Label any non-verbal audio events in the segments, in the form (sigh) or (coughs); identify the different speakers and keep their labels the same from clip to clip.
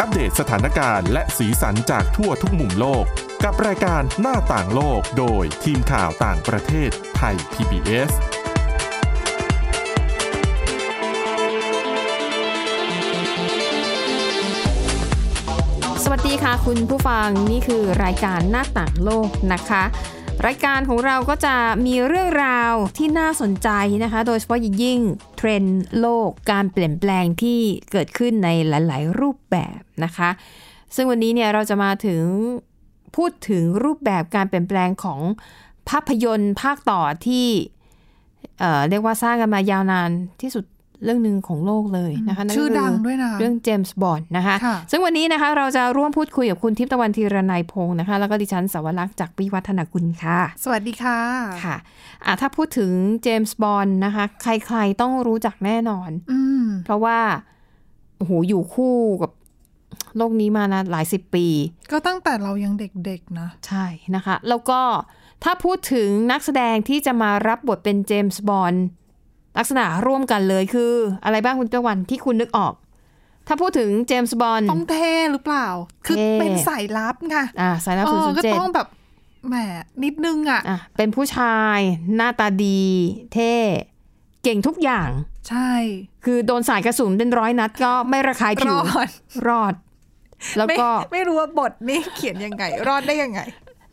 Speaker 1: อัปเดตสถานการณ์และสีสันจากทั่วทุกมุมโลก กับรายการหน้าต่างโลกโดยทีมข่าวต่างประเทศไทย PBS
Speaker 2: สวัสดีค่ะคุณผู้ฟังนี่คือรายการหน้าต่างโลกนะคะ รายการของเราก็จะมีเรื่องราวที่น่าสนใจนะคะ โดยเฉพาะอย่างยิ่งเทรนด์โลกการเปลี่ยนแปลงที่เกิดขึ้นในหลาย ๆ รูปแบบนะคะ ซึ่งวันนี้เนี่ยเราจะมาถึงพูดถึงรูปแบบการเปลี่ยนแปลงของภาพยนตร์ภาคต่อที่เอ่อเรียกว่าสร้างกันมายาวนานที่สุดเรื่องหนึ่งของโลกเลยนะคะนั่นก็
Speaker 3: ชื่อ
Speaker 2: คือ
Speaker 3: ดังด้วยนะ
Speaker 2: เรื่องเจมส์บอนด์นะคะ
Speaker 3: ค่ะ
Speaker 2: ซึ่งวันนี้นะคะเราจะร่วมพูดคุยกับคุณทิพย์ตะวันธีรนัยพงศ์นะคะ แล้วก็ดิฉันสวรักษ์จากวิวัฒนากุลค่ะ
Speaker 3: สวัสดีค่ะ
Speaker 2: ค่ะอ่ะ ถ้าพูดถึงเจมส์บอนด์นะคะ ใครๆต้องรู้จักแน่นอน
Speaker 3: อืม
Speaker 2: เพราะว่า โอ้โห อยู่คู่กับโลกนี้มานะหลายสิบปี
Speaker 3: ก็ตั้งแต่เรายังเด็กๆนะ
Speaker 2: ใช่นะคะ แล้วก็ถ้าพูดถึงนักแสดงที่จะมารับบทเป็นเจมส์บอนด์ลักษณะร่วมกันเลยคือ อะไรบ้างคุณตะวันที่คุณนึกออก ถ้าพูดถึงเจมส์บอนด์
Speaker 3: ต้องเท่หรือเปล่า คือ
Speaker 2: เท่
Speaker 3: เป็นสายลับไง
Speaker 2: อ่าสายลับ
Speaker 3: เอ
Speaker 2: ศูน
Speaker 3: อ
Speaker 2: ย์ศูน
Speaker 3: ก็
Speaker 2: ย์เจ็ด
Speaker 3: ต้องแบบ แหม นิดนึงอ่ะ
Speaker 2: อ่ะเป็นผู้ชายหน้าตาดีเท่ เก่งทุกอย่าง
Speaker 3: ใช่
Speaker 2: คือโดนสายกระสุนเป็นร้อยนัดก็ไม่ระคาย
Speaker 3: ร
Speaker 2: ผิว
Speaker 3: อด
Speaker 2: รอด แล้วก็
Speaker 3: ไม่ไม่รู้ว่าบทนี่เขียนยังไง รอดได้ยังไง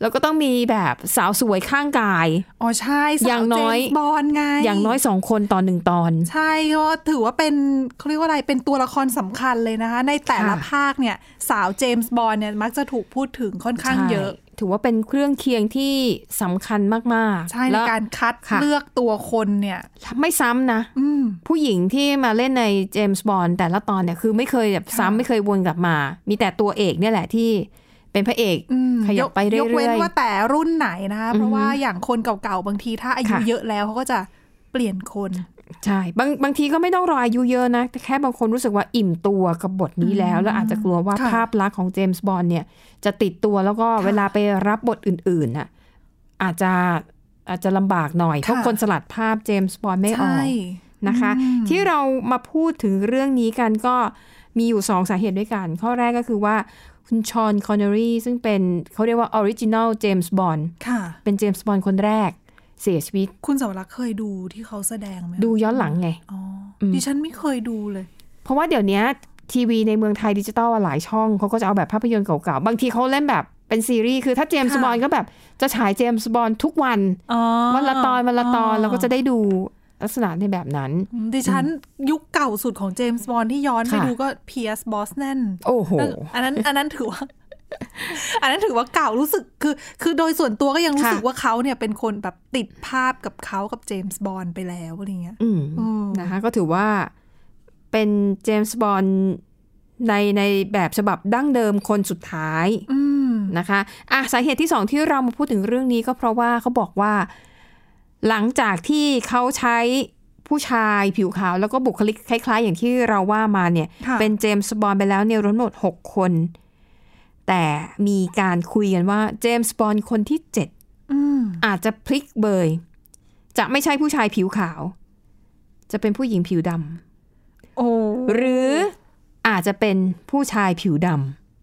Speaker 2: แล้วก็ต้องมีแบบสาวสวยข้างกาย
Speaker 3: อ๋อใช่สว
Speaker 2: อย่างน้อย
Speaker 3: เจมส์บอลไง
Speaker 2: อย่างน้อยสองคนตอนหนึ่งตอน
Speaker 3: ใช่เพราะว่าถือว่าเป็นเขาเรียกว่าอะไรเป็นตัวละครสำคัญเลยนะคะ ในแต่ละ
Speaker 2: ค่ะ
Speaker 3: ภาคเนี่ย สาวเจมส์บอลเนี่ยมักจะถูกพูดถึงค่อนข้างเยอะ
Speaker 2: ใช่ถือว่าเป็นเครื่องเคียงที่สำคัญมากๆ
Speaker 3: ใช่ใน
Speaker 2: แล้ว
Speaker 3: การคัด
Speaker 2: ค่ะ
Speaker 3: เลือกตัวคนเนี่ย
Speaker 2: ไม่ซ้ำนะ
Speaker 3: อืม
Speaker 2: ผู้หญิงที่มาเล่นในเจมส์บอ d แต่ละตอนเนี่ยคือไม่เคยแบบซ้ำไม่เคยวนกลับมา มีแต่ตัวเอกเนี่ยแหละที่เป็นพระเอก
Speaker 3: อืม
Speaker 2: ขยับไปเรื่อยๆ
Speaker 3: กเว้นว่าแต่รุ่นไหนนะคะเพราะว่าอย่างคนเก่าๆ บางทีถ้าอายุ
Speaker 2: ค่ะ
Speaker 3: เยอะแล้วเขาก็จะเปลี่ยนคน
Speaker 2: ใช่บางบางทีก็ไม่ต้องรออายุเยอะนะ แต่แค่บางคนรู้สึกว่าอิ่มตัวกับบทนี้แล้ว แล้วอาจจะกลัวว่า
Speaker 3: ค่ะ
Speaker 2: ภาพลักษณ์ของเจมส์บอนด์เนี่ย จะติดตัวแล้วก็เวลาไปรับบทอื่นๆน่ะอาจจะอาจจะลำบากหน่อย เพราะคนสลัดภาพเจมส์บอนด์ไม่ออ
Speaker 3: ใช่
Speaker 2: กนะคะ
Speaker 3: อืม
Speaker 2: ที่เรามาพูดถึงเรื่องนี้กันก็มีอยู่สองสาเหตุด้วยกัน ข้อแรกก็คือว่าคุณชอนคอนเนอรีซึ่งเป็นเขาเรียกว่าออริจินัลเจมส์บอนด์
Speaker 3: ค่ะ
Speaker 2: เป็นเจมส์บอนด์คนแรกเสียชีวิต
Speaker 3: คุณสวรักษ์เคยดูที่เขาแสดงไหม
Speaker 2: ดูย้อนหลังไง
Speaker 3: อ๋ออดิฉันไม่เคยดูเลย
Speaker 2: เพราะว่าเดี๋ยวเนี้ยทีวีในเมืองไทยดิจิตอลอะหลายช่องเขาก็จะเอาแบบภาพยนตร์เก่าๆ บางทีเขาเล่นแบบเป็นซีรีส์คือถ้าเจมส์
Speaker 3: ค่ะ
Speaker 2: บอลก็แบบจะฉายเจมส์บอลทุกวัน
Speaker 3: อ๋อ
Speaker 2: วันละตอนวันละตอนเราก็จะได้ดูลักษณะในแบบนั้น
Speaker 3: ดิฉันยุคเก่าสุดของเจมส์บอลที่ย้อนไป
Speaker 2: ค่ะ
Speaker 3: ดูก็เพียร์สบอสแนน
Speaker 2: โอ้โห
Speaker 3: อันนั้นอันนั้นถือว่า (laughs) อันนั้นถือว่าเก่ารู้สึกคือ คือโดยส่วนตัวก็ยังรู้
Speaker 2: ค่ะ
Speaker 3: สึกว่าเขาเนี่ยเป็นคนแบบติดภาพกับเขากับเจมส์บอลไปแล้วอะไรเงี้ย
Speaker 2: อืม
Speaker 3: อืม
Speaker 2: นะคะก็ถือว่าเป็นเจมส์บอลในในแบบฉบับดั้งเดิมคนสุดท้าย
Speaker 3: อืม
Speaker 2: นะคะอ่ะสาเหตุที่สองที่เรามาพูดถึงเรื่องนี้ก็เพราะว่าเขาบอกว่า หลังจากที่เขาใช้ผู้ชายผิวขาว แล้วก็บุคลิกคล้าย ๆ อย่างที่เราว่ามาเนี่ย
Speaker 3: ค่ะ
Speaker 2: เป็นเจมส์บอลไปแล้วเนี่ยทั้งหมด 6 คน แต่มีการคุยกันว่าเจมส์บอลคนที่ 7
Speaker 3: อืม
Speaker 2: อาจจะพลิกเบย จะไม่ใช่ผู้ชายผิวขาว จะเป็นผู้หญิงผิวด
Speaker 3: โอ้
Speaker 2: ำหรืออาจจะเป็นผู้ชายผิวด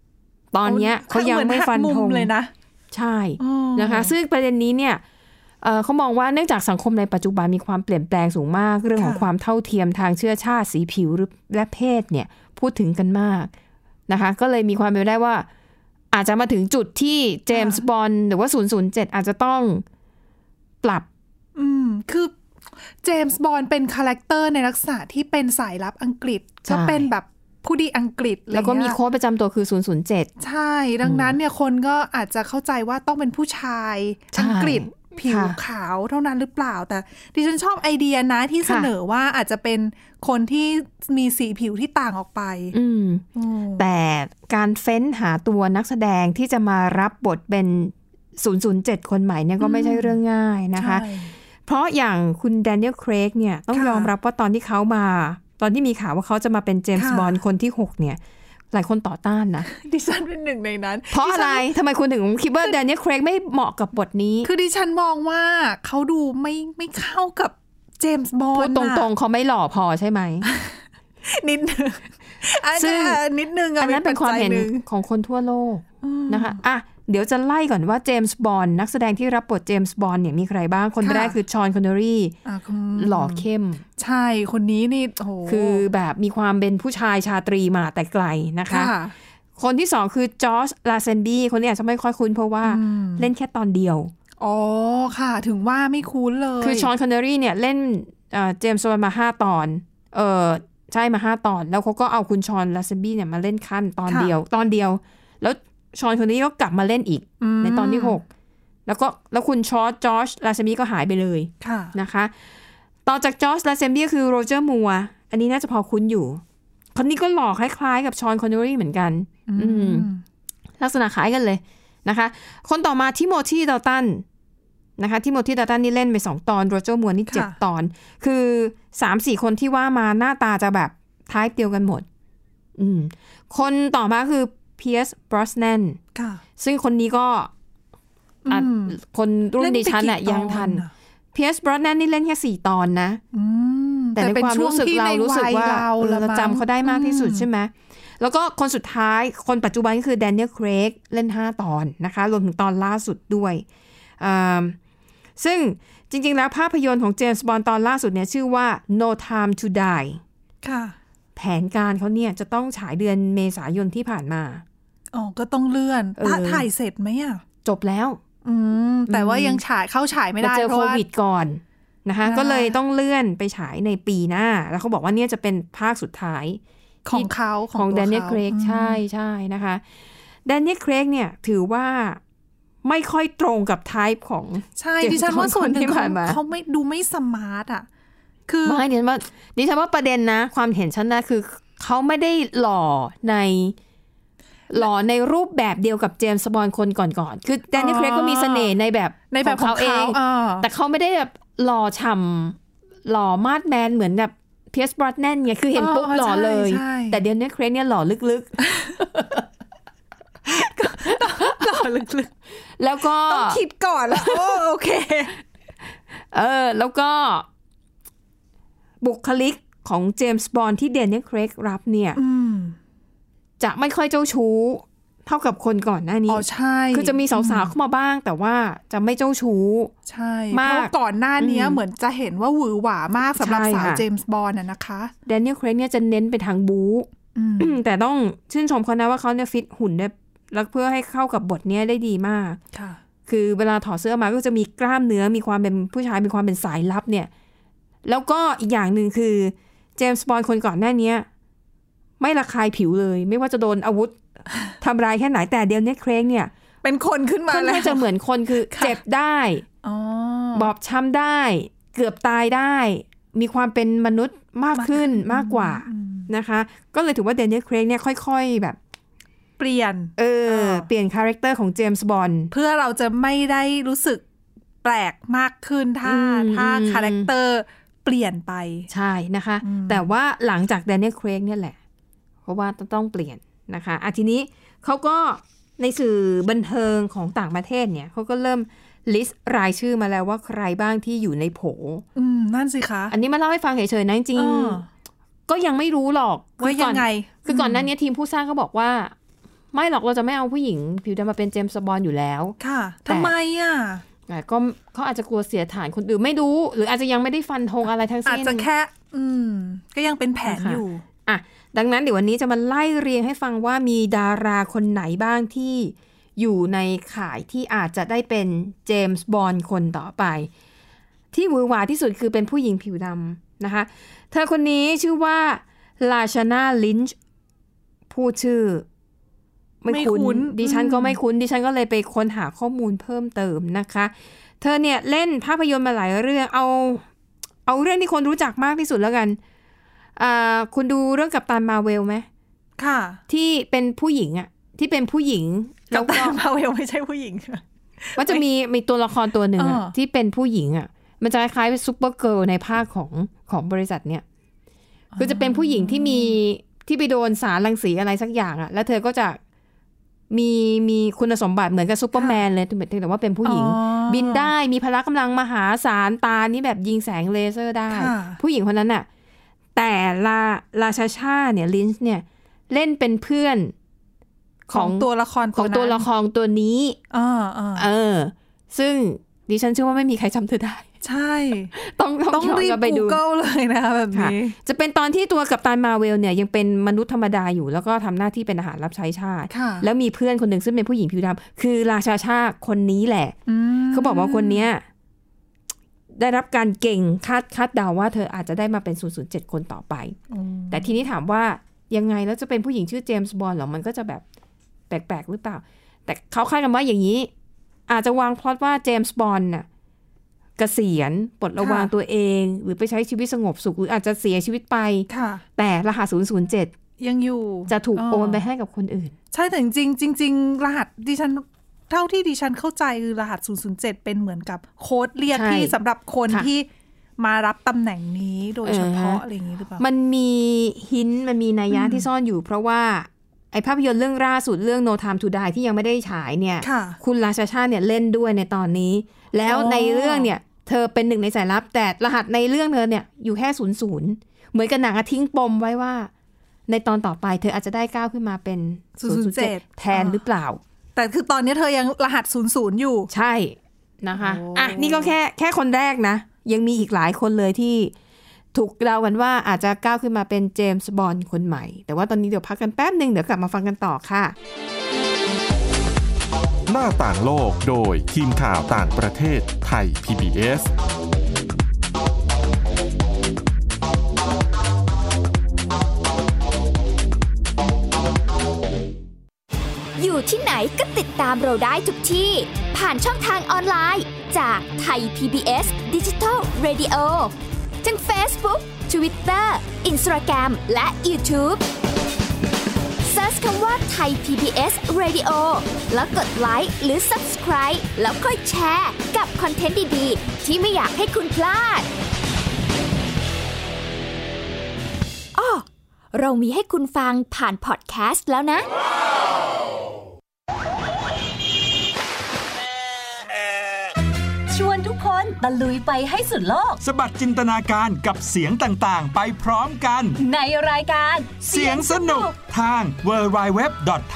Speaker 2: ำตอนเนี้ยเขายังไม่ฟันธง
Speaker 3: เลยนะ
Speaker 2: ใช่นะคะ ซึ่งประเด็นนี้เนี่ยเอ่อเขามองว่าเนื่องจากสังคมในปัจจุบันมีความเปลี่ยนแปลงสูงมาก เรื่องของความเท่าเทียมทางเชื้อชาติสีผิวหรือและเพศเนี่ยพูดถึงกันมากนะคะ ก็เลยมีความเป็นไปได้ว่า อาจจะมาถึงจุดที่เจมส์บอลหรือว่า 007 อาจจะต้องปรับ
Speaker 3: อืม คือเจมส์บอลเป็นคาแรคเตอร์ในลักษณะที่เป็นสายลับอังกฤษ
Speaker 2: ใช่
Speaker 3: ก็เป็นแบบผู้ดีอังกฤษอะไร
Speaker 2: แล้วก็มี
Speaker 3: เงี้ย
Speaker 2: โค้ดประจำตัวคือ 007
Speaker 3: ใช่ ดังนั้นเนี่ยคนก็อาจจะเข้าใจว่าต้องเป็นผู้ชาย
Speaker 2: ใช่
Speaker 3: อังกฤษ ผิว
Speaker 2: ค่ะ
Speaker 3: ขาวเท่านั้นหรือเปล่า แต่ดิฉันชอบไอเดียนะที่
Speaker 2: ค่ะ
Speaker 3: เสนอว่าอาจจะเป็นคนที่มีสีผิวที่ต่างออกไป
Speaker 2: อืม
Speaker 3: อืม
Speaker 2: แต่การเฟ้นหาตัวนักแสดงที่จะมารับบทเป็น 007 คนใหม่เนี่ยก็ไม่ใช่เรื่องง่ายนะคะ
Speaker 3: ใช่
Speaker 2: เพราะอย่างคุณแดเนียลเครกเนี่ยต้อง
Speaker 3: ค่ะ
Speaker 2: ยอมรับว่าตอนที่เขามา ตอนที่มีข่าวว่าเขาจะมาเป็นเจมส์
Speaker 3: ค่ะ
Speaker 2: บอนด์คนที่ 6 เนี่ย หลายคนต่อต้านนะ
Speaker 3: ดิฉันเป็นหนึ่ง (laughs) ในนั้น
Speaker 2: เพราะ
Speaker 3: ดิ
Speaker 2: อะ
Speaker 3: ฉัน
Speaker 2: ไรทำไมคุณถึงคิดว่าแดเนียลเครกไม่เหมาะกับบทนี้
Speaker 3: คือดิฉันมองว่าเขาดูไม่ไม่เข้ากับเจมส์บอ
Speaker 2: พู
Speaker 3: น
Speaker 2: ด
Speaker 3: ด์
Speaker 2: ตรงๆเขาไม่หล่อพอใช่ไหม
Speaker 3: นิดนึงอัน
Speaker 2: ซึ่ง
Speaker 3: นั้นนิดนึงอะ
Speaker 2: อันนั้นเป็นความเห็น
Speaker 3: ปัจจัยง
Speaker 2: ของคนทั่วโลกนะคะอ่ะเดี๋ยวจะไล่ก่อนว่าเจมส์บอนด์นักแสดงที่รับบทเจมส์บอนด์เนี่ยมีใครบ้างคนแรกคือชอนคอนเนอรี่
Speaker 3: อ่ะคุณ
Speaker 2: หล่อเข้ม
Speaker 3: ใช่คนนี้นี่โอ้โห
Speaker 2: คือแบบมีความเป็นผู้ชายชาตรีมาแต่ไกลนะคะ
Speaker 3: ค่ะ
Speaker 2: คนที่สองคือจอร์จลาเซนดี้คนนี้อาจจะไม่ค่อยคุ้นเพราะว่าเล่นแค่ตอนเดียว
Speaker 3: อ๋อค่ะ ถึงว่าไม่คุ้นเลย
Speaker 2: คือชอนคอนเนอรี่เนี่ยเล่นเจมส์บอนด์มาห้าตอนเออใช่มาห้าตอน แล้วเขาก็เอาคุณชอนลาเซนดี้เนี่ยมาเล่นขั้นตอนเดียว ตอนเดียว แล้วชอนคนนี้ก็กลับมาเล่นอีก ในตอนที่ 6 แล้วก็แล้วคุณชอร์จจอร์จลาเซมบีก็หายไปเลย
Speaker 3: ค่ะ
Speaker 2: นะคะ ต่อจากจอร์จลาเซมบีก็คือโรเจอร์มัวร์อันนี้น่าจะพอคุ้นอยู่ คนนี้ก็หล่อคล้ายๆกับชอนคอนเนอรี่เหมือนกัน อืม ลักษณะคล้ายกันเลยนะคะ คนต่อมาทิโมธีดาตันนะคะทิโมธีดาตันนี่เล่นไป 2 ตอนโรเจอร์มัวร์นี่
Speaker 3: ค่ะ
Speaker 2: 7 ตอน คือ 3-4 คนที่ว่ามาหน้าตาจะแบบท้ายเดียวกันหมด อืม คนต่อมาคือเพียสบรอสแนน
Speaker 3: ค่ะ
Speaker 2: ซึ่งคนนี้ก็อ่ะ
Speaker 3: อืม
Speaker 2: คนรุ่น
Speaker 3: เล่ไป
Speaker 2: ดิฉันน่ะ
Speaker 3: กี่ตอ
Speaker 2: ยังทัน
Speaker 3: อะ
Speaker 2: เพียสบรอดแนนนี่เล่นแค่สี่ตอนนะ
Speaker 3: อืม
Speaker 2: แต่ใน
Speaker 3: เป็น
Speaker 2: ความ
Speaker 3: ช่วง
Speaker 2: รู้สึก
Speaker 3: ที่
Speaker 2: เรา
Speaker 3: ใน
Speaker 2: รู้สึกว่า
Speaker 3: เ
Speaker 2: เออ
Speaker 3: รา
Speaker 2: เราจำเขาได้มากที่สุดใช่ไหมแล้วก็คนสุดท้ายคนปัจจุบันก็คือแดเนียลเครกเล่น 5 ตอนนะคะ รวมถึงตอนล่าสุดด้วยอ่าซึ่งจริง ๆ แล้วภาพยนตร์ของเจมส์บอนด์ตอนล่าสุดเนี่ยชื่อว่า No Time to Die
Speaker 3: ค่ะ
Speaker 2: แผนการเขาเนี่ยจะต้องฉายเดือนเมษายนที่ผ่านมา
Speaker 3: อ๋อก็ต้องเลื่อน
Speaker 2: เออ
Speaker 3: ถ้าถ่ายเสร็จไหมอ่ะ
Speaker 2: จบแล้ว
Speaker 3: อืมแต่ว่ายังฉายเข้าฉายไม่ได้
Speaker 2: าเจอ
Speaker 3: เพ
Speaker 2: โค
Speaker 3: ราะว่า
Speaker 2: วิดก่อนนะคะ
Speaker 3: อ่า
Speaker 2: ก็เลยต้องเลื่อนไปฉายในปีหน้า แล้วเขาบอกว่าเนี่ยจะเป็นภาคสุดท้าย
Speaker 3: ของเขา
Speaker 2: ของ
Speaker 3: ตัว
Speaker 2: แดเนียล
Speaker 3: ขา
Speaker 2: เครก
Speaker 3: อืม
Speaker 2: ใช่ใช่นะคะแดเนียลเครกเนี่ยถือว่าไม่ค่อยตรงกับไทป์ของ
Speaker 3: ใช่
Speaker 2: เจ็ด
Speaker 3: ดิฉันว่าส่วนห
Speaker 2: คน
Speaker 3: นึ่ง
Speaker 2: ที่
Speaker 3: เขา
Speaker 2: ผ่านมา
Speaker 3: เขาไม่ดูไม่สมาร์ทอ่ะ คือ
Speaker 2: ไม่ดิฉันว่าดิฉันว่าประเด็นนะ ความเห็นฉันนะคือเขาไม่ได้หล่อในหล่อในรูปแบบเดียวกับเจมส์บอนด์คนก่อนๆคือแดเนียลเครกก็มีเสน่ห์ในแบบ
Speaker 3: ในแบบของเขา
Speaker 2: ง
Speaker 3: อ่า
Speaker 2: แต่เขาไม่ได้แบบหล่อฉ่ำหล่อมาดแมนเหมือนแบบเพียสบรอดแนนไงคือเห็นปุ๊บหล่อเลย
Speaker 3: ใช่
Speaker 2: แต่เดี๋ยวนี้เครนเนี่ยหล่อลึก
Speaker 3: หล่อลึก
Speaker 2: ๆ แล้วก็
Speaker 3: ๆต้องคิดก่อนแล้วโอ้โอเค
Speaker 2: เออแล้วก็ บุคลิกของเจมส์บอนด์ที่เดนเนี่ยเครกรับเนี่ย
Speaker 3: อืม
Speaker 2: จะไม่ค่อยเจ้าชู้ เท่ากับคนก่อนหน้านี้
Speaker 3: อ๋อใช่
Speaker 2: คือจะมีสาวๆเข้ามาบ้าง แต่ว่าจะไม่เจ้าชู้
Speaker 3: ใช่
Speaker 2: มาก
Speaker 3: เพระว่ก่อนหน้าเนี้ย
Speaker 2: อืม
Speaker 3: เหมือนจะเห็นว่าหวือหวามากสำหรับ
Speaker 2: ใช่
Speaker 3: สาว
Speaker 2: ค่ะ
Speaker 3: เจมส์บอนด์อะนะคะ
Speaker 2: เดนเนี่ยเครกเนี่ยจะเน้นไปทางบู๊ (coughs)
Speaker 3: อืม
Speaker 2: แต่ต้องชื่นชมเขานะว่าเขาเนี่ยฟิตหุ่นได้แล้วเพื่อให้เข้ากับบทเนี้ยได้ดีมาก
Speaker 3: ค่ะ
Speaker 2: คือเวลาถอดเสื้อมาก็จะมีกล้ามเนื้อมีความเป็นผู้ชายมีความเป็นสายลับเนี่ย แล้วก็อีกอย่างหนึ่งคือเจมส์บอนด์คนก่อนหน้าเนี้ยไม่ระคายผิวเลย ไม่ว่าจะโดนอาวุธ (laughs) ทำร้ายแค่ไหนแต่เดียวเนี้ยเครงเนี่ย
Speaker 3: เป็นคนขึ้นมา
Speaker 2: ค่อน
Speaker 3: แล้ว
Speaker 2: ข้างจะเหมือนคนคือ
Speaker 3: ค่ะ
Speaker 2: เจ็บได้
Speaker 3: อ๋อบ
Speaker 2: อบช้ำได้ เกือบตายได้ มีความเป็นมนุษย์มากขึ้นมากกว่านะคะ ก็เลยถือว่าเดนเนียลเครกเนี่ยค่อยๆแบบ
Speaker 3: เปลี่ยน
Speaker 2: เออ
Speaker 3: อ่า
Speaker 2: เปลี่ยนคาแรคเตอร์ของเจมส์บอนด์
Speaker 3: เพื่อเราจะไม่ได้รู้สึกแปลกมากขึ้นถ้า
Speaker 2: อืม
Speaker 3: ถ้า
Speaker 2: อืม
Speaker 3: คาแรคเตอร์เปลี่ยนไป
Speaker 2: ใช่นะคะ
Speaker 3: อืม
Speaker 2: แต่ว่าหลังจากแดเนียลเครกเนี่ยแหละ เพราะว่าต้องเปลี่ยนนะคะอ่ะทีนี้เขาก็ในสื่อบันเทิงของต่างประเทศเนี่ยเขาก็เริ่มลิสต์รายชื่อมาแล้วว่าใครบ้างที่อยู่ในโผ
Speaker 3: อืมนั่นสิคะ
Speaker 2: อันนี้มาเล่าให้ฟังเฉยๆนะจริงๆ
Speaker 3: อ้อ
Speaker 2: ก็ยังไม่รู้หรอก
Speaker 3: ว่า
Speaker 2: คือ
Speaker 3: ยั
Speaker 2: ก่อน
Speaker 3: งไง
Speaker 2: คือก่อนหน้านี้ทีมผู้สร้างก็บอกว่า ไม่หรอกเราจะไม่เอาผู้หญิง ผิวดำมาเป็นเจมส์บอนด์อยู่แล้ว
Speaker 3: ค่ะ
Speaker 2: แต่
Speaker 3: ทำไมอ่ะ
Speaker 2: แต่ก็เขาอาจจะกลัวเสียฐานคนอื่นไม่รู้ หรืออาจจะยังไม่ได้ฟันธงอะไรทั้ง
Speaker 3: อาจ
Speaker 2: สิ้น
Speaker 3: จะแค่ อืม ก็ยังเป็นแผน
Speaker 2: นะคะ
Speaker 3: อยู่
Speaker 2: อ่ะดังนั้นเดี๋ยววันนี้จะมาไล่เรียงให้ฟังว่ามีดาราคนไหนบ้างที่อยู่ในข่ายที่อาจจะได้เป็นเจมส์บอนด์คนต่อไป ที่หวือหวาที่สุดคือเป็นผู้หญิงผิวดำนะคะ เธอคนนี้ชื่อว่าลาชานาลินช์พูดชื่อ ไม่
Speaker 3: ไม่คุ้
Speaker 2: คุ้
Speaker 3: น
Speaker 2: น
Speaker 3: อืม
Speaker 2: ดิฉันก็ไม่คุ้น ดิฉันก็เลยไปค้นหาข้อมูลเพิ่มเติมนะคะ เธอเนี่ยเล่นภาพยนตร์มาหลายเรื่องเอา เอาเรื่องที่คนรู้จักมากที่สุดแล้วกันอ่าคุณดูเรื่องกับตันมาเวลไหม
Speaker 3: ค่ะ
Speaker 2: ที่เป็นผู้หญิงอะที่เป็นผู้หญิง
Speaker 3: แล้
Speaker 2: แล้ว ว
Speaker 3: ก็
Speaker 2: ก็
Speaker 3: มาเวลไม่ใช่ผู้หญิง
Speaker 2: ก็จะมีมีตัวละครตัวหนึ่งอะ
Speaker 3: เออ
Speaker 2: ที่เป็นผู้หญิงอะมันจะคล้ายๆซูเปอร์เกิร์ลในภาคของของบริษัทเนี่ยคือจะเป็นผู้หญิงที่มีที่ไปโดนสารรังสีอะไรสักอย่างอะแล้วเธอก็จะมีมีคุณสมบัติเหมือนกับซูเปอร์แมนเลยแต่ว่าเป็นผู้หญิง
Speaker 3: อ๋อ
Speaker 2: บินได้มีพละกำลังมหาศาลตานี่แบบยิงแสงเลเซอร์ได้
Speaker 3: ค่ะ
Speaker 2: ผู้หญิงคนนั้นน่ะ แต่ลาลาชาชาเนี่ยลินช์เนี่ยเล่นเป็นเพื่อน
Speaker 3: ข
Speaker 2: ข
Speaker 3: อ
Speaker 2: อง ง
Speaker 3: ตัวละคร
Speaker 2: ของตัวละครตัวนี้
Speaker 3: อ่าอ่า
Speaker 2: เออ ซึ่งดิฉันเชื่อว่าไม่มีใครจำเธอได้ (laughs)
Speaker 3: ใช่
Speaker 2: ต้องต้
Speaker 3: ต้
Speaker 2: อ
Speaker 3: อง ง
Speaker 2: ย้อน
Speaker 3: รี
Speaker 2: ก
Speaker 3: บ
Speaker 2: ลับไปดู
Speaker 3: Google เลยนะคะแบบ
Speaker 2: ค่ะ
Speaker 3: นี้
Speaker 2: จะเป็นตอนที่ตัวกัปตันมาเวลเนี่ยยังเป็นมนุษย์ธรรมดาอยู่ แล้วก็ทำหน้าที่เป็นอาหารรับใช้ชาติ
Speaker 3: ค่ะ
Speaker 2: แล้วมีเพื่อนคนหนึ่งซึ่งเป็นผู้หญิงผิวดำคือราชาชาคนนี้แหละ
Speaker 3: ม
Speaker 2: เขาบอกว่าคนเนี้ยได้รับการเก่งคาดคาดเดาว่าเธออาจจะได้มาเป็น 007 คนต่อไป
Speaker 3: อืม
Speaker 2: แต่ทีนี้ถามว่ายังไงแล้วจะเป็นผู้หญิงชื่อเจมส์บอลหรอ มันก็จะแบบแปลกๆหรือเปล่า แต่เขาคาดกันว่าอย่างนี้ อาจจะวางพล็อตว่าเจมส์บอลน่ะเกษียณปลดระวางตัวเอง หรือไปใช้ชีวิตสงบสุข หรืออาจจะเสียชีวิตไป
Speaker 3: ค่ะ
Speaker 2: แต่รหัส 007
Speaker 3: ยังอยู่
Speaker 2: จะถูก
Speaker 3: า
Speaker 2: โอนไปให้กับคนอื่น
Speaker 3: ใช่แต่จริงๆจริง ๆ รหัสดิฉันเท่าที่ดิฉันเข้าใจคือรหัส 007 เป็นเหมือนกับโค้ดเรียก
Speaker 2: ใช่
Speaker 3: ที่สำหรับคน
Speaker 2: ค่ะ
Speaker 3: ที่มารับตำแหน่งนี้โดยเฉพาะ
Speaker 2: เอออ
Speaker 3: อะไรอย่างนี้หรือเปล่า
Speaker 2: มันมีหินมันมีนัยยะที่ซ่อนอยู่ เพราะว่า ไอภาพยนตร์เรื่องล่าสุดเรื่อง No Time to Die ที่ยังไม่ได้ฉายเนี่ย
Speaker 3: ค่ะ
Speaker 2: คุณราชาชาเนี่ยเล่นด้วยในตอนนี้ แล้ว
Speaker 3: อ๋อ
Speaker 2: ในเรื่องเนี่ย เธอเป็นหนึ่งในสายลับ แต่รหัสในเรื่องเธอเนี่ยอยู่แค่ศูนย์ศูนย์เหมือนกับหนังอะทิ้งปมไว้ว่า ในตอนต่อไปเธออาจจะได้ก้าวขึ้นมาเป็น007แทนหรือเปล่า
Speaker 3: แต่คือตอนนี้เธอยังรหัส 00 อยู่
Speaker 2: ใช่นะคะ
Speaker 3: โอ้
Speaker 2: อ่ะนี่ก็แค่แค่คนแรกนะ ยังมีอีกหลายคนเลยที่ถูกเดากันว่าอาจจะก้าวขึ้นมาเป็นเจมส์บอนด์คนใหม่ แต่ว่าตอนนี้เดี๋ยวพักกันแป๊บหนึ่งเดี๋ยวกลับมาฟังกันต่อค่ะ
Speaker 1: หน้าต่างโลกโดยทีมข่าวต่างประเทศไทย PBS
Speaker 4: อยู่ที่ไหนก็ติดตามเราได้ทุกที่ ผ่านช่องทางออนไลน์ จากไทย PBS Digital Radio ทั้ง Facebook Twitter Instagram และ YouTube Search คำว่าไทย PBS Radio แล้วกดไลค์หรือ Subscribe แล้วค่อยแชร์กับคอนเทนต์ดี ๆ ที่ไม่อยากให้คุณพลาดอ้อเรามีให้คุณฟังผ่านพอดแคสต์แล้วนะ
Speaker 5: ชวนทุกคนตะลุยไปให้สุดโลก
Speaker 6: สะบัดจินตนาการกับเสียงต่างๆ ไปพร้อมกัน
Speaker 5: ในรายการ
Speaker 6: เสียงสนุกทาง w w w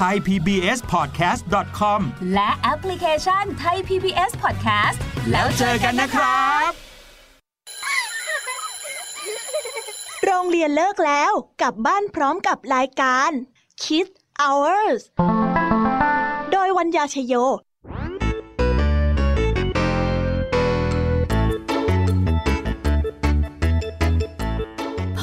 Speaker 6: t h a i p b s p o d c a s t c o m
Speaker 5: และแอปพลิเคชันไทย PBS Podcast
Speaker 6: แล้วเจอกันนะครับ
Speaker 7: โรงเรียนเลิกแล้วกลับบ้านพร้อมกับรายการ Kids Hours โดยวัญญาชยโย
Speaker 8: พ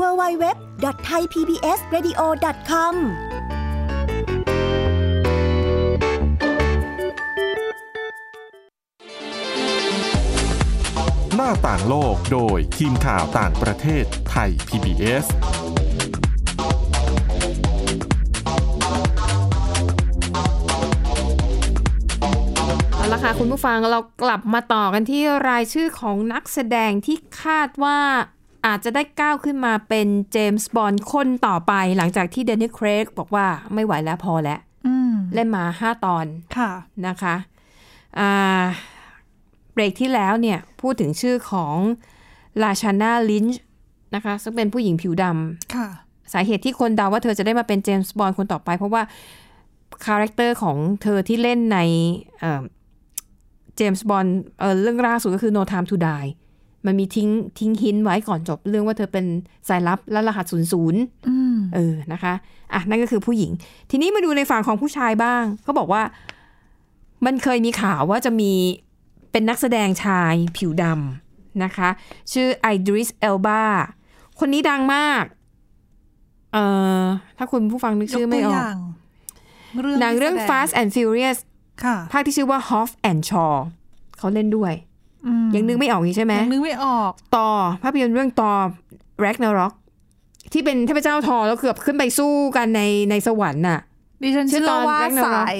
Speaker 8: www.thaipbsradio.com
Speaker 1: หน้าต่างโลกโดยทีมข่าวต่างประเทศไทย PBS
Speaker 2: เอาละค่ะคุณผู้ฟังเรากลับมาต่อกันที่รายชื่อของนักแสดงที่คาดว่าอาจจะได้ก้าวขึ้นมาเป็นเจมส์บอนด์คนต่อไป หลังจากที่เดนนิสเครกบอกว่าไม่ไหวแล้วพอแล้ว
Speaker 3: อืม
Speaker 2: เล่นมา 5 ตอน
Speaker 3: ค่ะ
Speaker 2: นะคะอ่าเบรกที่แล้วเนี่ยพูดถึงชื่อของลาชาน่าลินช์นะคะซึ่งเป็นผู้หญิงผิวดำ
Speaker 3: ค่ะ
Speaker 2: สาเหตุที่คนเดาว่าเธอจะได้มาเป็นเจมส์บอนด์คนต่อไป เพราะว่าคาแรคเตอร์ของเธอที่เล่นในเจมส์บอนด์เรื่องล่าสุดก็คือ No Time to Die มันมีทิ้งทิ้งหินไว้ก่อนจบเรื่องว่าเธอเป็นสายลับและรหัส 00
Speaker 3: อืม
Speaker 2: เออนะคะอ่ะนั่นก็คือผู้หญิง ทีนี้มาดูในฝั่งของผู้ชายบ้างเขาบอกว่ามันเคยมีข่าวว่าจะมีเป็นนักแสดงชายผิวดำนะคะ ชื่อไอดริสเอลบาคนนี้ดังมาก เอ่อ ถ้าคุณผู้ฟังนึกชื่อไม่ออกหนังเรื่อง Fast and Furious
Speaker 3: ค่ะ
Speaker 2: ภาคที่ชื่อว่า Hoff and Shaw เขาเล่นด้วย
Speaker 3: อืม
Speaker 2: ยังนึกไม่ออกอย่างนี้ใช่ไหม
Speaker 3: ยังนึกไม่ออก
Speaker 2: ต่อภาพยนตร์เรื่องต่อ Ragnarok ที่เป็นเทพเจ้าทอแล้วเกือบขึ้นไปสู้กันในในสวรรค์น่ะ
Speaker 3: ดิฉัน
Speaker 2: ชื่
Speaker 3: เชื่
Speaker 2: อต
Speaker 3: อ
Speaker 2: อน
Speaker 3: ว่า
Speaker 2: แรกนะ
Speaker 3: สาย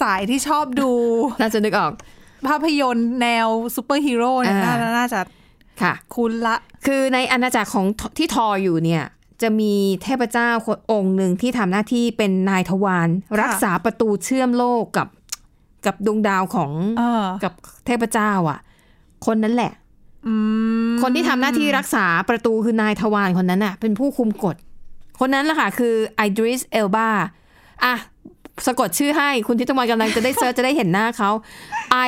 Speaker 3: สายที่ชอบดู
Speaker 2: (laughs) น่าจะนึกออก
Speaker 3: ภาพยนตร์แนวซูเปอร์ฮีโร่เนี่ย
Speaker 2: อ่า
Speaker 3: น่าน่าจะ
Speaker 2: ค่ะ
Speaker 3: คุ้นละ
Speaker 2: คือในอาณาจักรของทที่ทออยู่เนี่ย จะมีเทพเจ้าคนองค์หนึ่งที่ทำหน้าที่เป็นนายทวาร
Speaker 3: ค่ะ
Speaker 2: รักษาประตูเชื่อมโลกกับกับดวงดาวของ
Speaker 3: เออ
Speaker 2: กับเทพเจ้าอ่ะ คนนั้นแหละ
Speaker 3: อืม
Speaker 2: คนที่ทำหน้าที่รักษาประตูคือนายทวารคนนั้นน่ะ เป็นผู้คุมกฎ คนนั้นแหละค่ะ คือไอดริสเอลบาอ่ะสะกดชื่อให้คุณทิตมอนกำลังจะได้เซิร์ช จะได้เห็นหน้าเขา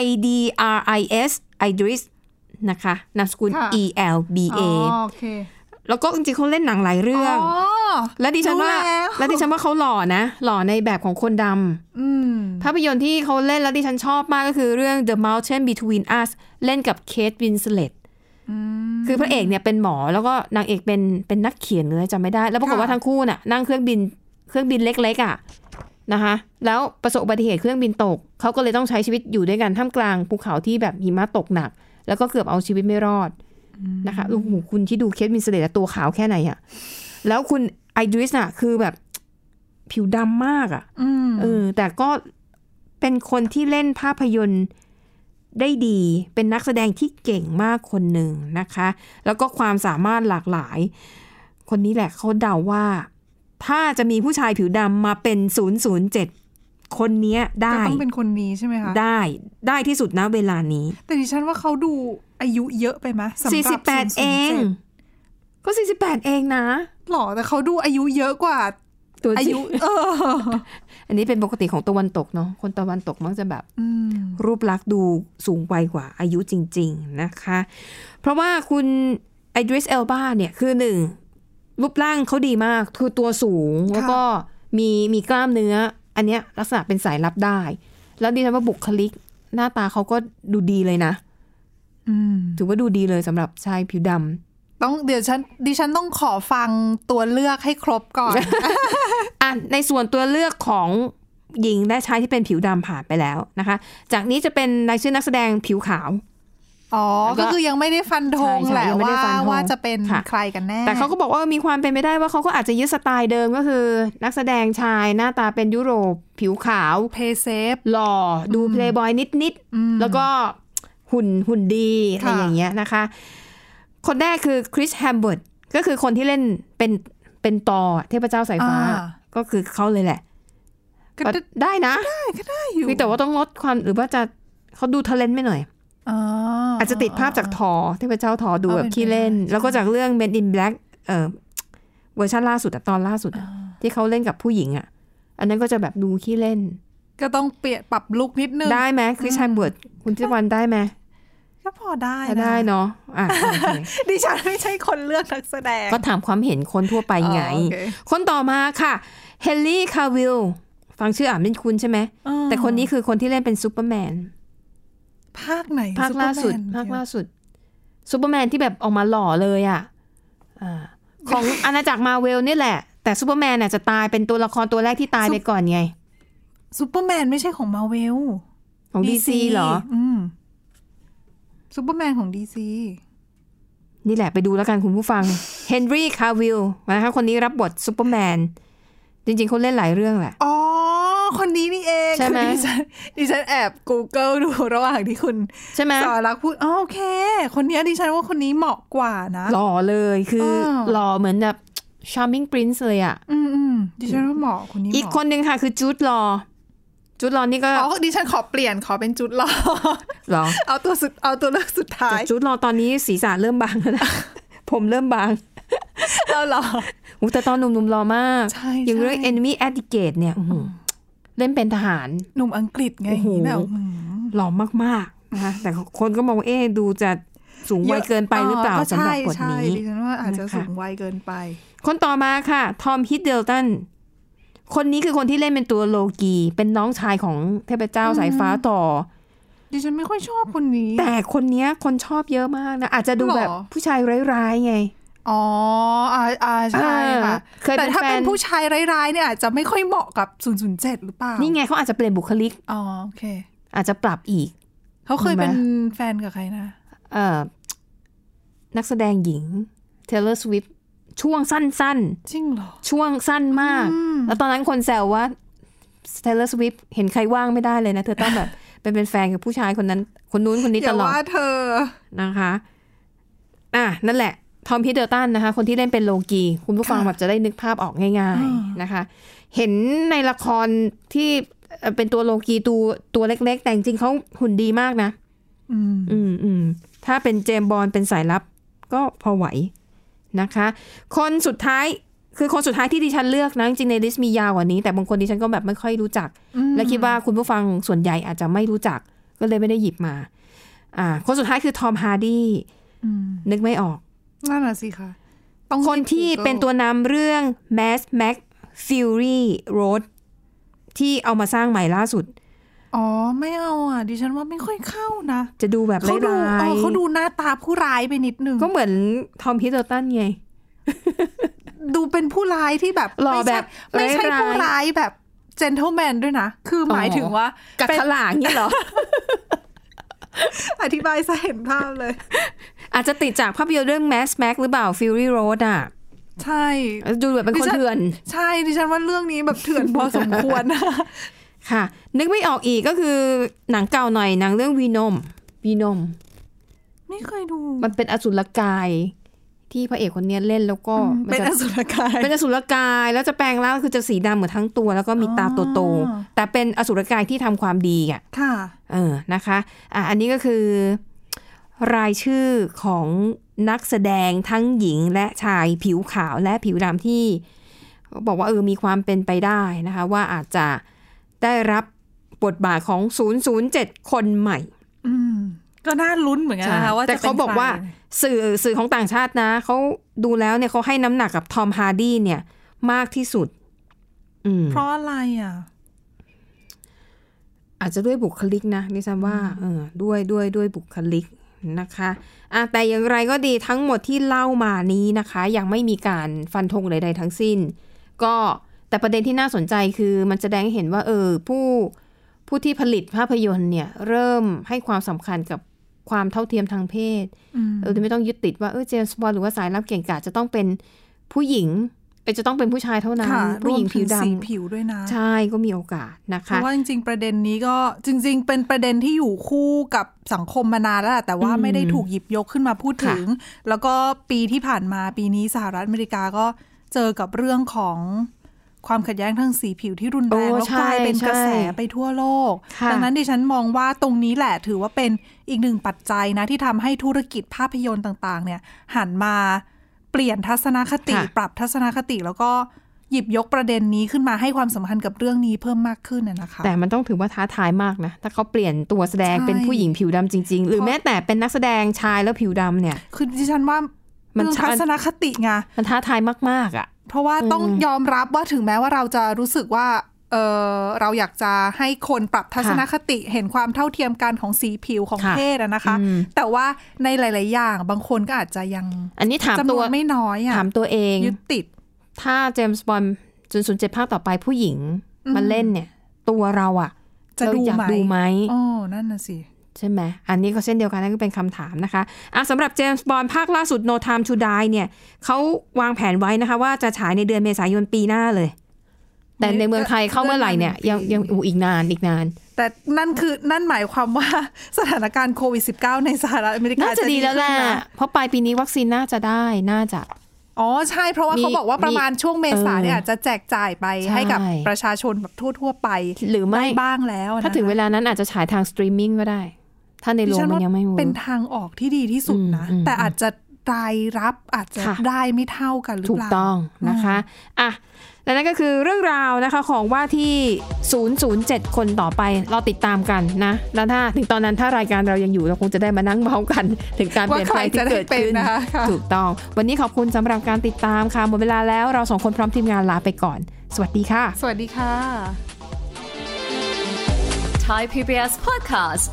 Speaker 2: I D R I S ไอดริสนะคะนามสกุล E L B A
Speaker 3: อ๋อโอเค
Speaker 2: แล้วก็จริงๆเขาเล่นหนังหลายเรื่อง
Speaker 3: อ๋อ
Speaker 2: และดิฉันว่า
Speaker 3: รู้แล้ว
Speaker 2: และดิฉันว่าเขาหล่อนะ หล่อในแบบของคนดำ
Speaker 3: อืม
Speaker 2: ภาพยนตร์ที่เขาเล่นแล้วดิฉันชอบมากก็คือเรื่อง The Mountain Between Us เล่นกับเคทวินสเลตคือพระเอกเนี่ยเป็นหมอแล้วก็นางเอกเป็นเป็นนักเขียนเลยจำไม่ได้ แล้วปรากฏว่าทั้งคู่น่ะนั่งเครื่องบินเครื่องบินเล็กๆอ่ะนะคะ แล้วประสบอุบัติเหตุเครื่องบินตก เขาก็เลยต้องใช้ชีวิตอยู่ด้วยกันท่ามกลางภูเขาที่แบบหิมะตกหนัก แล้วก็เกือบเอาชีวิตไม่รอดนะคะโอ้โหคุณที่ดูเคทวินสเลตอะตัวขาวแค่ไหนอ่ะ แล้วคุณไอดริสน่ะคือแบบผิวดำมากอะ่ะ
Speaker 3: อืม
Speaker 2: เออแต่ก็เป็นคนที่เล่นภาพยนตร์ได้ดี เป็นนักแสดงที่เก่งมากคนหนึ่งนะคะ แล้วก็ความสามารถหลากหลาย คนนี้แหละเขาเดาว่า ถ้าจะมีผู้ชายผิวดำมาเป็น 007 คนเนี้ยได้
Speaker 3: จะต้องเป็นคนนี้ใช่ไหมคะ
Speaker 2: ได้ได้ที่สุดนะเวลานี้
Speaker 3: แต่ดิฉันว่าเขาดูอายุเยอะไปไหมสำหรับ
Speaker 2: 48 เอง
Speaker 3: 007
Speaker 2: ก็ 48 เองนะ
Speaker 3: หรอแต่เขาดูอายุเยอะกว่า
Speaker 2: ตัวจริง
Speaker 3: อายุ เออ
Speaker 2: อันนี้เป็นปกติของตะวันตกเนาะ คนตะวันตกมักจะแบบ
Speaker 3: อืม
Speaker 2: รูปลักษณ์ดูสูงวัยกว่าอายุจริง ๆ นะคะ เพราะว่าคุณไอดริสเอลบาเนี่ยคือหนึ่งรูปร่างเขาดีมาก คือตัวสูง แล้วก็มีมีกล้ามเนื้อ อันเนี้ยลักษณะเป็นสายลับได้ แล้วดิฉันว่าบุคลิกหน้าตาเขาก็ดูดีเลยนะ
Speaker 3: อืม
Speaker 2: ถือว่าดูดีเลยสำหรับชายผิวดำ
Speaker 3: ต้องเดี๋ยวฉันดิฉันต้องขอฟังตัวเลือกให้ครบก่อน
Speaker 2: (laughs) อ่ะในส่วนตัวเลือกของหญิงและชายที่เป็นผิวดำผ่านไปแล้วนะคะ จากนี้จะเป็นรายชื่อนักแสดงผิวขาว
Speaker 3: อ๋อ
Speaker 2: แล้วก็
Speaker 3: ก็คือยังไม่ได้ฟันธง
Speaker 2: ใช่ใช่
Speaker 3: แหละ
Speaker 2: ยังไม่ได้
Speaker 3: ว่า
Speaker 2: ฟันธง
Speaker 3: ว่าจะเป็น
Speaker 2: ค่ะ
Speaker 3: ใครกันแน่
Speaker 2: แต่เขาก็บอกว่ามีความเป็นไปได้ว่าเขาก็อาจจะยึดสไตล์เดิมก็คือ นักแสดงชายหน้าตาเป็นยุโรป ผิวขาว
Speaker 3: เพย์เซฟ
Speaker 2: หล่อดูเพลย์บอยนิด
Speaker 3: อืม
Speaker 2: ๆ แล้วก็หุ่นหุ่นดีอะไร
Speaker 3: ค่ะ
Speaker 2: อย่างเงี้ยนะคะ คนแรกคือคริสแฮมเบิร์ตก็คือคนที่เล่นเป็นเป็นตอเทพเจ้าสายฟ้า ก็คือเขาเลยแหละ
Speaker 3: ก็
Speaker 2: ก็
Speaker 3: ได้
Speaker 2: ได้นะ
Speaker 3: ก็ได้อยู่
Speaker 2: เพียงแต่ว่าต้องลดความหรือว่าจะเขาดูเทเลนต์ไม่หน่อย
Speaker 3: อ๋ออ
Speaker 2: อาจจะติดภาพจากทอที่พระเจ้าทอดู
Speaker 3: เอา
Speaker 2: แบบขี้เล่น
Speaker 3: เป็นไปได้
Speaker 2: แล้วก็จากเรื่อง Men in Black เอ่อเวอร์ชันล่าสุดอะตอนล่าสุดอะที่เขาเล่นกับผู้หญิงอ่ะ อันนั้นก็จะแบบดูขี้เล่น
Speaker 3: ก็ต้องเปลี่ยนปรับลุกนิดนึง
Speaker 2: ได้ไหมคริสแฮมเบิร์ดคุณทิวันได้ไหม
Speaker 3: ก็พอได้
Speaker 2: ก็
Speaker 3: นะ
Speaker 2: ได้เนาะอ่ะโอ
Speaker 3: (laughs)
Speaker 2: เค
Speaker 3: ดิฉันไม่ใช่คนเลือกนักแสดง
Speaker 2: ก็ถามความเห็นคนทั่วไปไง
Speaker 3: อ๋อโอเค
Speaker 2: คนต่อมาค่ะเฮลลี่คาวิลฟังชื่ออ่านไม่คุ้นใช่ไหม
Speaker 3: อ๋อ
Speaker 2: แต่คนนี้คือคนที่เล่นเป็นซูเปอร์แมน
Speaker 3: ภาคไหน
Speaker 2: ภาคล่าสุด
Speaker 3: ซูเปอร์แมน
Speaker 2: ภาคล่าสุดซูเปอร์แมนที่แบบออกมาหล่อเลยอ่ะอ่าของ อาณาจักรมาเวลนี่แหละ แต่ซูเปอร์แมนน่ะจะตายเป็นตัวละครตัวแรกที่ตายไปก่อนไง
Speaker 3: ซูเปอร์แมนไม่ใช่ของมาเวล
Speaker 2: ของดีซีเหรอ
Speaker 3: อืมซูเปอร์แมนของดีซี
Speaker 2: นี่แหละไปดูแล้วกันคุณผู้ฟังเฮนรี่คาวิลนะคะคนนี้รับบทซูเปอร์แมน จริงๆเขาเล่นหลายเรื่องแหละ
Speaker 3: อ๋อ คนนี้นี่เอง
Speaker 2: ใช่ไหม
Speaker 3: คือดิฉันดิฉันแอบ Google ดูระหว่างที่คุณ
Speaker 2: ใช่ไหม
Speaker 3: สอนรักพูดอ๋อโอเค คนนี้ดิฉันว่าคนนี้เหมาะกว่านะ
Speaker 2: หล่อเลยคืออ
Speaker 3: อ
Speaker 2: หล่อเหมือนแบบ charming prince เลยอ่ะ
Speaker 3: อืมอืมดิฉันว่าเหมาะคนนี้
Speaker 2: อีกคนหนึ่งค่ะคือจูดลอจูดลอนี่ก็
Speaker 3: อ๋อดิฉันขอเปลี่ยนขอเป็นจุดรอ (laughs)
Speaker 2: หรอ
Speaker 3: เอาตัวสุดเอาตัวเลือกสุดท้าย
Speaker 2: แต่จุดเราตอนนี้ศีรษะเริ่มบางแล้วนะ ผมเริ่มบาง
Speaker 3: เอาเหรอ
Speaker 2: อู้แต่ตอนหนุ่มๆรอมาก
Speaker 3: ใช่
Speaker 2: อย่างเรื่อง
Speaker 3: ใช่
Speaker 2: Enemy a t t i c a t e เนี่ยอื้อหือเล่นเป็นทหาร
Speaker 3: หนุ่มอังกฤษไง
Speaker 2: โอ้โห
Speaker 3: แบบอืม
Speaker 2: หล่อมากๆนะคะแต่คนก็มองว่าเอ๊ะดูจะสูงวัยเกินไปหรือเปล่าสำหรับ
Speaker 3: ก็
Speaker 2: บท
Speaker 3: ใช่
Speaker 2: นี้
Speaker 3: ใช่ดิฉันว่าอาจจะ
Speaker 2: นะคะ
Speaker 3: สูงวัยเกินไป
Speaker 2: คนต่อมาค่ะ ทอมฮิดเดิลตัน คนนี้คือคนที่เล่นเป็นตัวโลกี เป็นน้องชายของเทพเจ้าสายฟ้าต่อ
Speaker 3: ดิฉันไม่ค่อยชอบคนนี้
Speaker 2: แต่คนเนี้ยคนชอบเยอะมากนะ อาจจะดูแบบ
Speaker 3: หรอ
Speaker 2: ผู้ชายร้ายๆไง
Speaker 3: อ๋ออ่าอ่าใช่ค่ะ
Speaker 2: เออเคยเป็น
Speaker 3: แต่ถ้า
Speaker 2: แฟน
Speaker 3: เป็นผู้ชายร้ายๆเนี่ยอาจจะไม่ค่อยเหมาะกับ 007 หรือเปล่า
Speaker 2: นี่
Speaker 3: นี่
Speaker 2: ไงเขาอาจจะเปลี่ยนบุคลิก
Speaker 3: อ๋อโอเค
Speaker 2: อาจจะปรับอีก
Speaker 3: เขาเคย
Speaker 2: เห็นไหม
Speaker 3: เป็นแฟนกับใครนะ
Speaker 2: เอ่อนักแสดงหญิง Taylor Swift ช่วงสั้น
Speaker 3: จริงเหรอ
Speaker 2: ๆ ช่วงสั้นมาก
Speaker 3: อืม
Speaker 2: แล้วตอนนั้นคนแซวว่า Taylor Swift เห็นใครว่างไม่ได้เลยนะ เธอต้องแบบ (laughs) เป็นเป็นแฟนกับผู้ชายคนนั้น คนนู้นคนนี้
Speaker 3: อ
Speaker 2: ต
Speaker 3: ย่า
Speaker 2: ลอด
Speaker 3: ว่าเธอ
Speaker 2: นะคะอ่ะนั่นแหละ ทอมพีเดอร์ตันนะคะ คนที่เล่นเป็นโลกี คุณผู้ฟัง
Speaker 3: ค่ะ
Speaker 2: แบบจะได้นึกภาพออกง่าย ๆนะคะ เห็นในละครที่เอ่อเป็นตัวโลกีตัวตัวเล็ก ๆ แต่จริงๆเขาหุ่นดีมากนะ
Speaker 3: อืม
Speaker 2: อืมอืมถ้าเป็นเจมส์บอลเป็นสายลับก็พอไหวนะคะ คนสุดท้ายคือคนสุดท้ายที่ดิฉันเลือกนะ จริงๆในลิสต์มียาวกว่านี้ แต่บางคนดิฉันก็แบบไม่ค่อยรู้จัก และคิดว่าคุณผู้ฟังส่วนใหญ่อาจจะไม่รู้จัก ก็เลยไม่ได้หยิบมาอ่าคนสุดท้ายคือทอมฮาร์ดี
Speaker 3: อืม
Speaker 2: นึกไม่ออก
Speaker 3: นั่นน่ะสิคะต้อง
Speaker 2: คนที่
Speaker 3: รีบ Google
Speaker 2: เป็นตัวนำเรื่อง Mass Max Fury Road ที่เอามาสร้างใหม่ล่าสุด
Speaker 3: อ๋อ ไม่เอาอ่ะ ดิฉันว่าไม่ค่อยเข้านะ
Speaker 2: จะดูแบบ
Speaker 3: เขาดู
Speaker 2: ร้า
Speaker 3: เอย อเขาดูหน้าตาผู้ร้ายไปนิดนึง
Speaker 2: ๆก็เหมือนทอมพีเตอร์ตันไง
Speaker 3: ดูเป็นผู้ร้ายที่แบบ
Speaker 2: หล่อ
Speaker 3: ไม่ใช่
Speaker 2: แบบ
Speaker 3: ไม่ใช่
Speaker 2: ร้ายๆ
Speaker 3: ผู้ร้ายแบบเจนเทลแมนด้วยนะ คือหมาย
Speaker 2: อ๋อ
Speaker 3: ถึงว่า
Speaker 2: กัด
Speaker 3: เป็น
Speaker 2: ขลางเงี้ยเหรอ
Speaker 3: อธิบายซะเห็นภาพเลย
Speaker 2: อาจจะติดจากภาพยนตร์เรื่อง Mass Max หรือเปล่า Fury Road อ่ะ
Speaker 3: ใช่
Speaker 2: ดูแบบเป็นคนเถื่อน
Speaker 3: ใช่ดิฉันว่าเรื่องนี้แบบเถื่อนพอสมควร
Speaker 2: (laughs)
Speaker 3: นะ
Speaker 2: ค่ะ นึกไม่ออกอีกก็คือหนังเก่าหน่อยหนังเรื่องวีนอมวีนอม
Speaker 3: ไม่เคยดู
Speaker 2: มันเป็นอสุรกาย ที่พระเอกคนเนี้ยเล่นแล้วก็
Speaker 3: อืม
Speaker 2: มั
Speaker 3: เป็น
Speaker 2: จะ
Speaker 3: อสุรกาย
Speaker 2: เป็นอสุรกายแล้วจะแปลงร่างคือจะสีดำเหมือนทั้งตัว แล้วก็มีตาโต
Speaker 3: อ๋อ
Speaker 2: ๆแต่เป็นอสุรกายที่ทำความดีอ่ะ
Speaker 3: ค่ะ
Speaker 2: เออ นะคะ อ่ะ อันนี้ก็คือ รายชื่อของนักแสดงทั้งหญิงและชายผิวขาวและผิวดำที่ บอกว่าเออ มีความเป็นไปได้นะคะ ว่าอาจจะได้รับบทบาทของ 007 คนใหม่
Speaker 3: อืม ก็น่าลุ้นเหมือนกันนะคะว่าจะ
Speaker 2: แต่เขา
Speaker 3: ป็น
Speaker 2: บอกว่า
Speaker 3: ใคร
Speaker 2: สื่อสื่อของต่างชาตินะ เขาดูแล้วเนี่ยเขาให้น้ำหนักกับทอมฮาร์ดีเนี่ย มากที่สุด อืม
Speaker 3: เพราะอะไรอ่ะ
Speaker 2: อาจจะด้วยบุคลิกนะดิฉันว่าเออด้วยด้วยด้วยบุคลิกนะคะอ่ะแต่อย่างไรก็ดีทั้งหมดที่เล่ามานี้นะคะ ยังไม่มีการฟันธงใด ๆ ทั้งสิ้น ก็แต่ประเด็นที่น่าสนใจคือมันแสดงให้เห็นว่า เออผู้ผู้ที่ผลิตภาพยนตร์เนี่ยเริ่มให้ความสำคัญกับความเท่าเทียมทางเพศ
Speaker 3: อืม
Speaker 2: เออโดยไม่ต้องยึดติดว่าเออเจมส์บอลหรือว่าสายลับเก่งกาจจะต้องเป็นผู้หญิงเออจะต้องเป็นผู้ชายเท่านั้น
Speaker 3: ค่ะ
Speaker 2: ผู้หญิง
Speaker 3: รมถึ
Speaker 2: ผิวด
Speaker 3: สีผิวด้วยนะ
Speaker 2: ำใช่ก็มีโอกาสนะ
Speaker 3: เพ
Speaker 2: คะ
Speaker 3: ราะว่าจริง ๆ ประเด็นนี้ก็จริง ๆ เป็นประเด็นที่อยู่คู่กับสังคมมานานแล้วแหละแต่ว่า
Speaker 2: อืม
Speaker 3: ไม่ได้ถูกหยิบยกขึ้นมาพูดถึง แล้วก็ปีที่ผ่านมาปีนี้สหรัฐอเมริกาก็เจอกับเรื่องของความขัดแย้งทางสีผิวที่รุนแรง
Speaker 2: โอ้
Speaker 3: แล้ว
Speaker 2: ใช่
Speaker 3: กลายเป็น
Speaker 2: ใช่
Speaker 3: กระแสไปทั่วโลก
Speaker 2: ค่ะ
Speaker 3: ดันั้นดิฉันมองว่าตรงนี้แหละถือว่าเป็นอีกหนึ่งปัจจัยนะที่ทำให้ธุรกิจภาพยนตร์ต่าง ๆ เนี่ย หันมาเปลี่ยนทัศนคติ
Speaker 2: ค่ะ
Speaker 3: ปรับทัศนคติแล้วก็หยิบยกประเด็นนี้ขึ้นมาให้ความสำคัญกับเรื่องนี้เพิ่มมากขึ้นนะนะคะ
Speaker 2: แต่มันต้องถือว่าท้าทายมากนะ ถ้าเขาเปลี่ยนตัวแสดง
Speaker 3: ใช่
Speaker 2: เป็นผู้หญิงผิวดำจริง ๆ หรือแม้แต่เป็นนักแสดงชายแล้วผิวดำเนี่ย
Speaker 3: คือดิฉันว่า
Speaker 2: มั
Speaker 3: มัน นทัศนคติไง
Speaker 2: มันท้าทายมากๆอะ่ะ
Speaker 3: เพราะว่าต้องยอมรับว่าถึงแม้ว่าเราจะรู้สึกว่าเออเราอยากจะให้คนปรับทัศนคติเห็นความเท่าเทียมกันของสีผิวของ
Speaker 2: ค่ะ
Speaker 3: เพศอะนะคะ
Speaker 2: อืม
Speaker 3: แต่ว่าในหลาย ๆ อย่างบางคนก็อาจจะยัง
Speaker 2: อันนี้ถาม
Speaker 3: จำ
Speaker 2: ตั
Speaker 3: น
Speaker 2: ว
Speaker 3: วนไม่น้อยอะ
Speaker 2: ถามตัวเอง
Speaker 3: ยึดติด
Speaker 2: ถ้าเจมส์บอลจุดศูนย์เจ็ดภาคต่อไปผู้หญิง
Speaker 3: อืม
Speaker 2: มาเล่นเนี่ย ตัวเราอะ่ะ
Speaker 3: จะ
Speaker 2: เรา
Speaker 3: ดู
Speaker 2: อยาก
Speaker 3: ไหม
Speaker 2: ดูไหม
Speaker 3: อ๋อนั่นน่ะสิ
Speaker 2: ใช่ไหม อันนี้ก็เช่นเดียวกันนั่นก็เป็นคำถามนะคะอ่ะสำหรับเจมส์บอ d ภาคล่าสุด No Time to Die เนี่ยเขาวางแผนไว้นะคะ ว่าจะฉายในเดือนเมษายนปีหน้าเลย แต่ในเมืองไทยเข้าเมื่อไหร่เนี่ยยังยังอู้อีกนานอีกนาน
Speaker 3: แต่นั่นคือนั่นหมายความ (laughs) ว่า สถานการณ์โควิด -19 ในสหรัฐอเมริกา
Speaker 2: น่าจะดีแล้วแห
Speaker 3: ขึ้น
Speaker 2: ละ
Speaker 3: น
Speaker 2: เพราะปลายปีนี้วัคซีนน่าจะได้ น่าจะ
Speaker 3: อ๋อใช่เพราะว่า
Speaker 2: มี
Speaker 3: เขาบอกว่าประมาณช่วงเมษาเนี่ย
Speaker 2: เอออ
Speaker 3: อาจจะแจกจ่ายไป
Speaker 2: ใช่
Speaker 3: ให้กับประชาชนแบบทั่ว ๆ ไป
Speaker 2: หรือไม่
Speaker 3: ได้บ้างแล้ว
Speaker 2: ถ้าถึงเวลานั้นอาจจะฉายทางสตรีมมิ่งก็ได้ ถ้าในโรงมันยังไม่
Speaker 3: รู้
Speaker 2: รู้
Speaker 3: เป็นทางออกที่ดีที่สุดนะ
Speaker 2: อืมอืม
Speaker 3: แต่อาจจะรายรับอาจจะ
Speaker 2: ค่ะ
Speaker 3: ได้ไม่เท่ากันหรือ
Speaker 2: ถู
Speaker 3: เป
Speaker 2: ก
Speaker 3: ล่า
Speaker 2: ต้องนะคะอ่ะและนั่นก็คือเรื่องราวนะคะของว่าที่ 007 คนต่อไปเราติดตามกันนะแล้วถ้าถึงตอนนั้นถ้ารายการเรายังอยู่เราคงจะได้มานั่งเมาส์กัน ถึงการเปลี่ยนแปลงที่เกิดขึ้น
Speaker 3: ว่าใครจะได้เป็นนะคะค่ะ
Speaker 2: ถูกต้อง วันนี้ขอบคุณสำหรับการติดตามค่ะหมดเวลาแล้วเราสองคนพร้อมทีมงานลาไปก่อน สวัสดีค่ะ
Speaker 3: สวัสดีค่ะ
Speaker 5: Thai PBS podcast.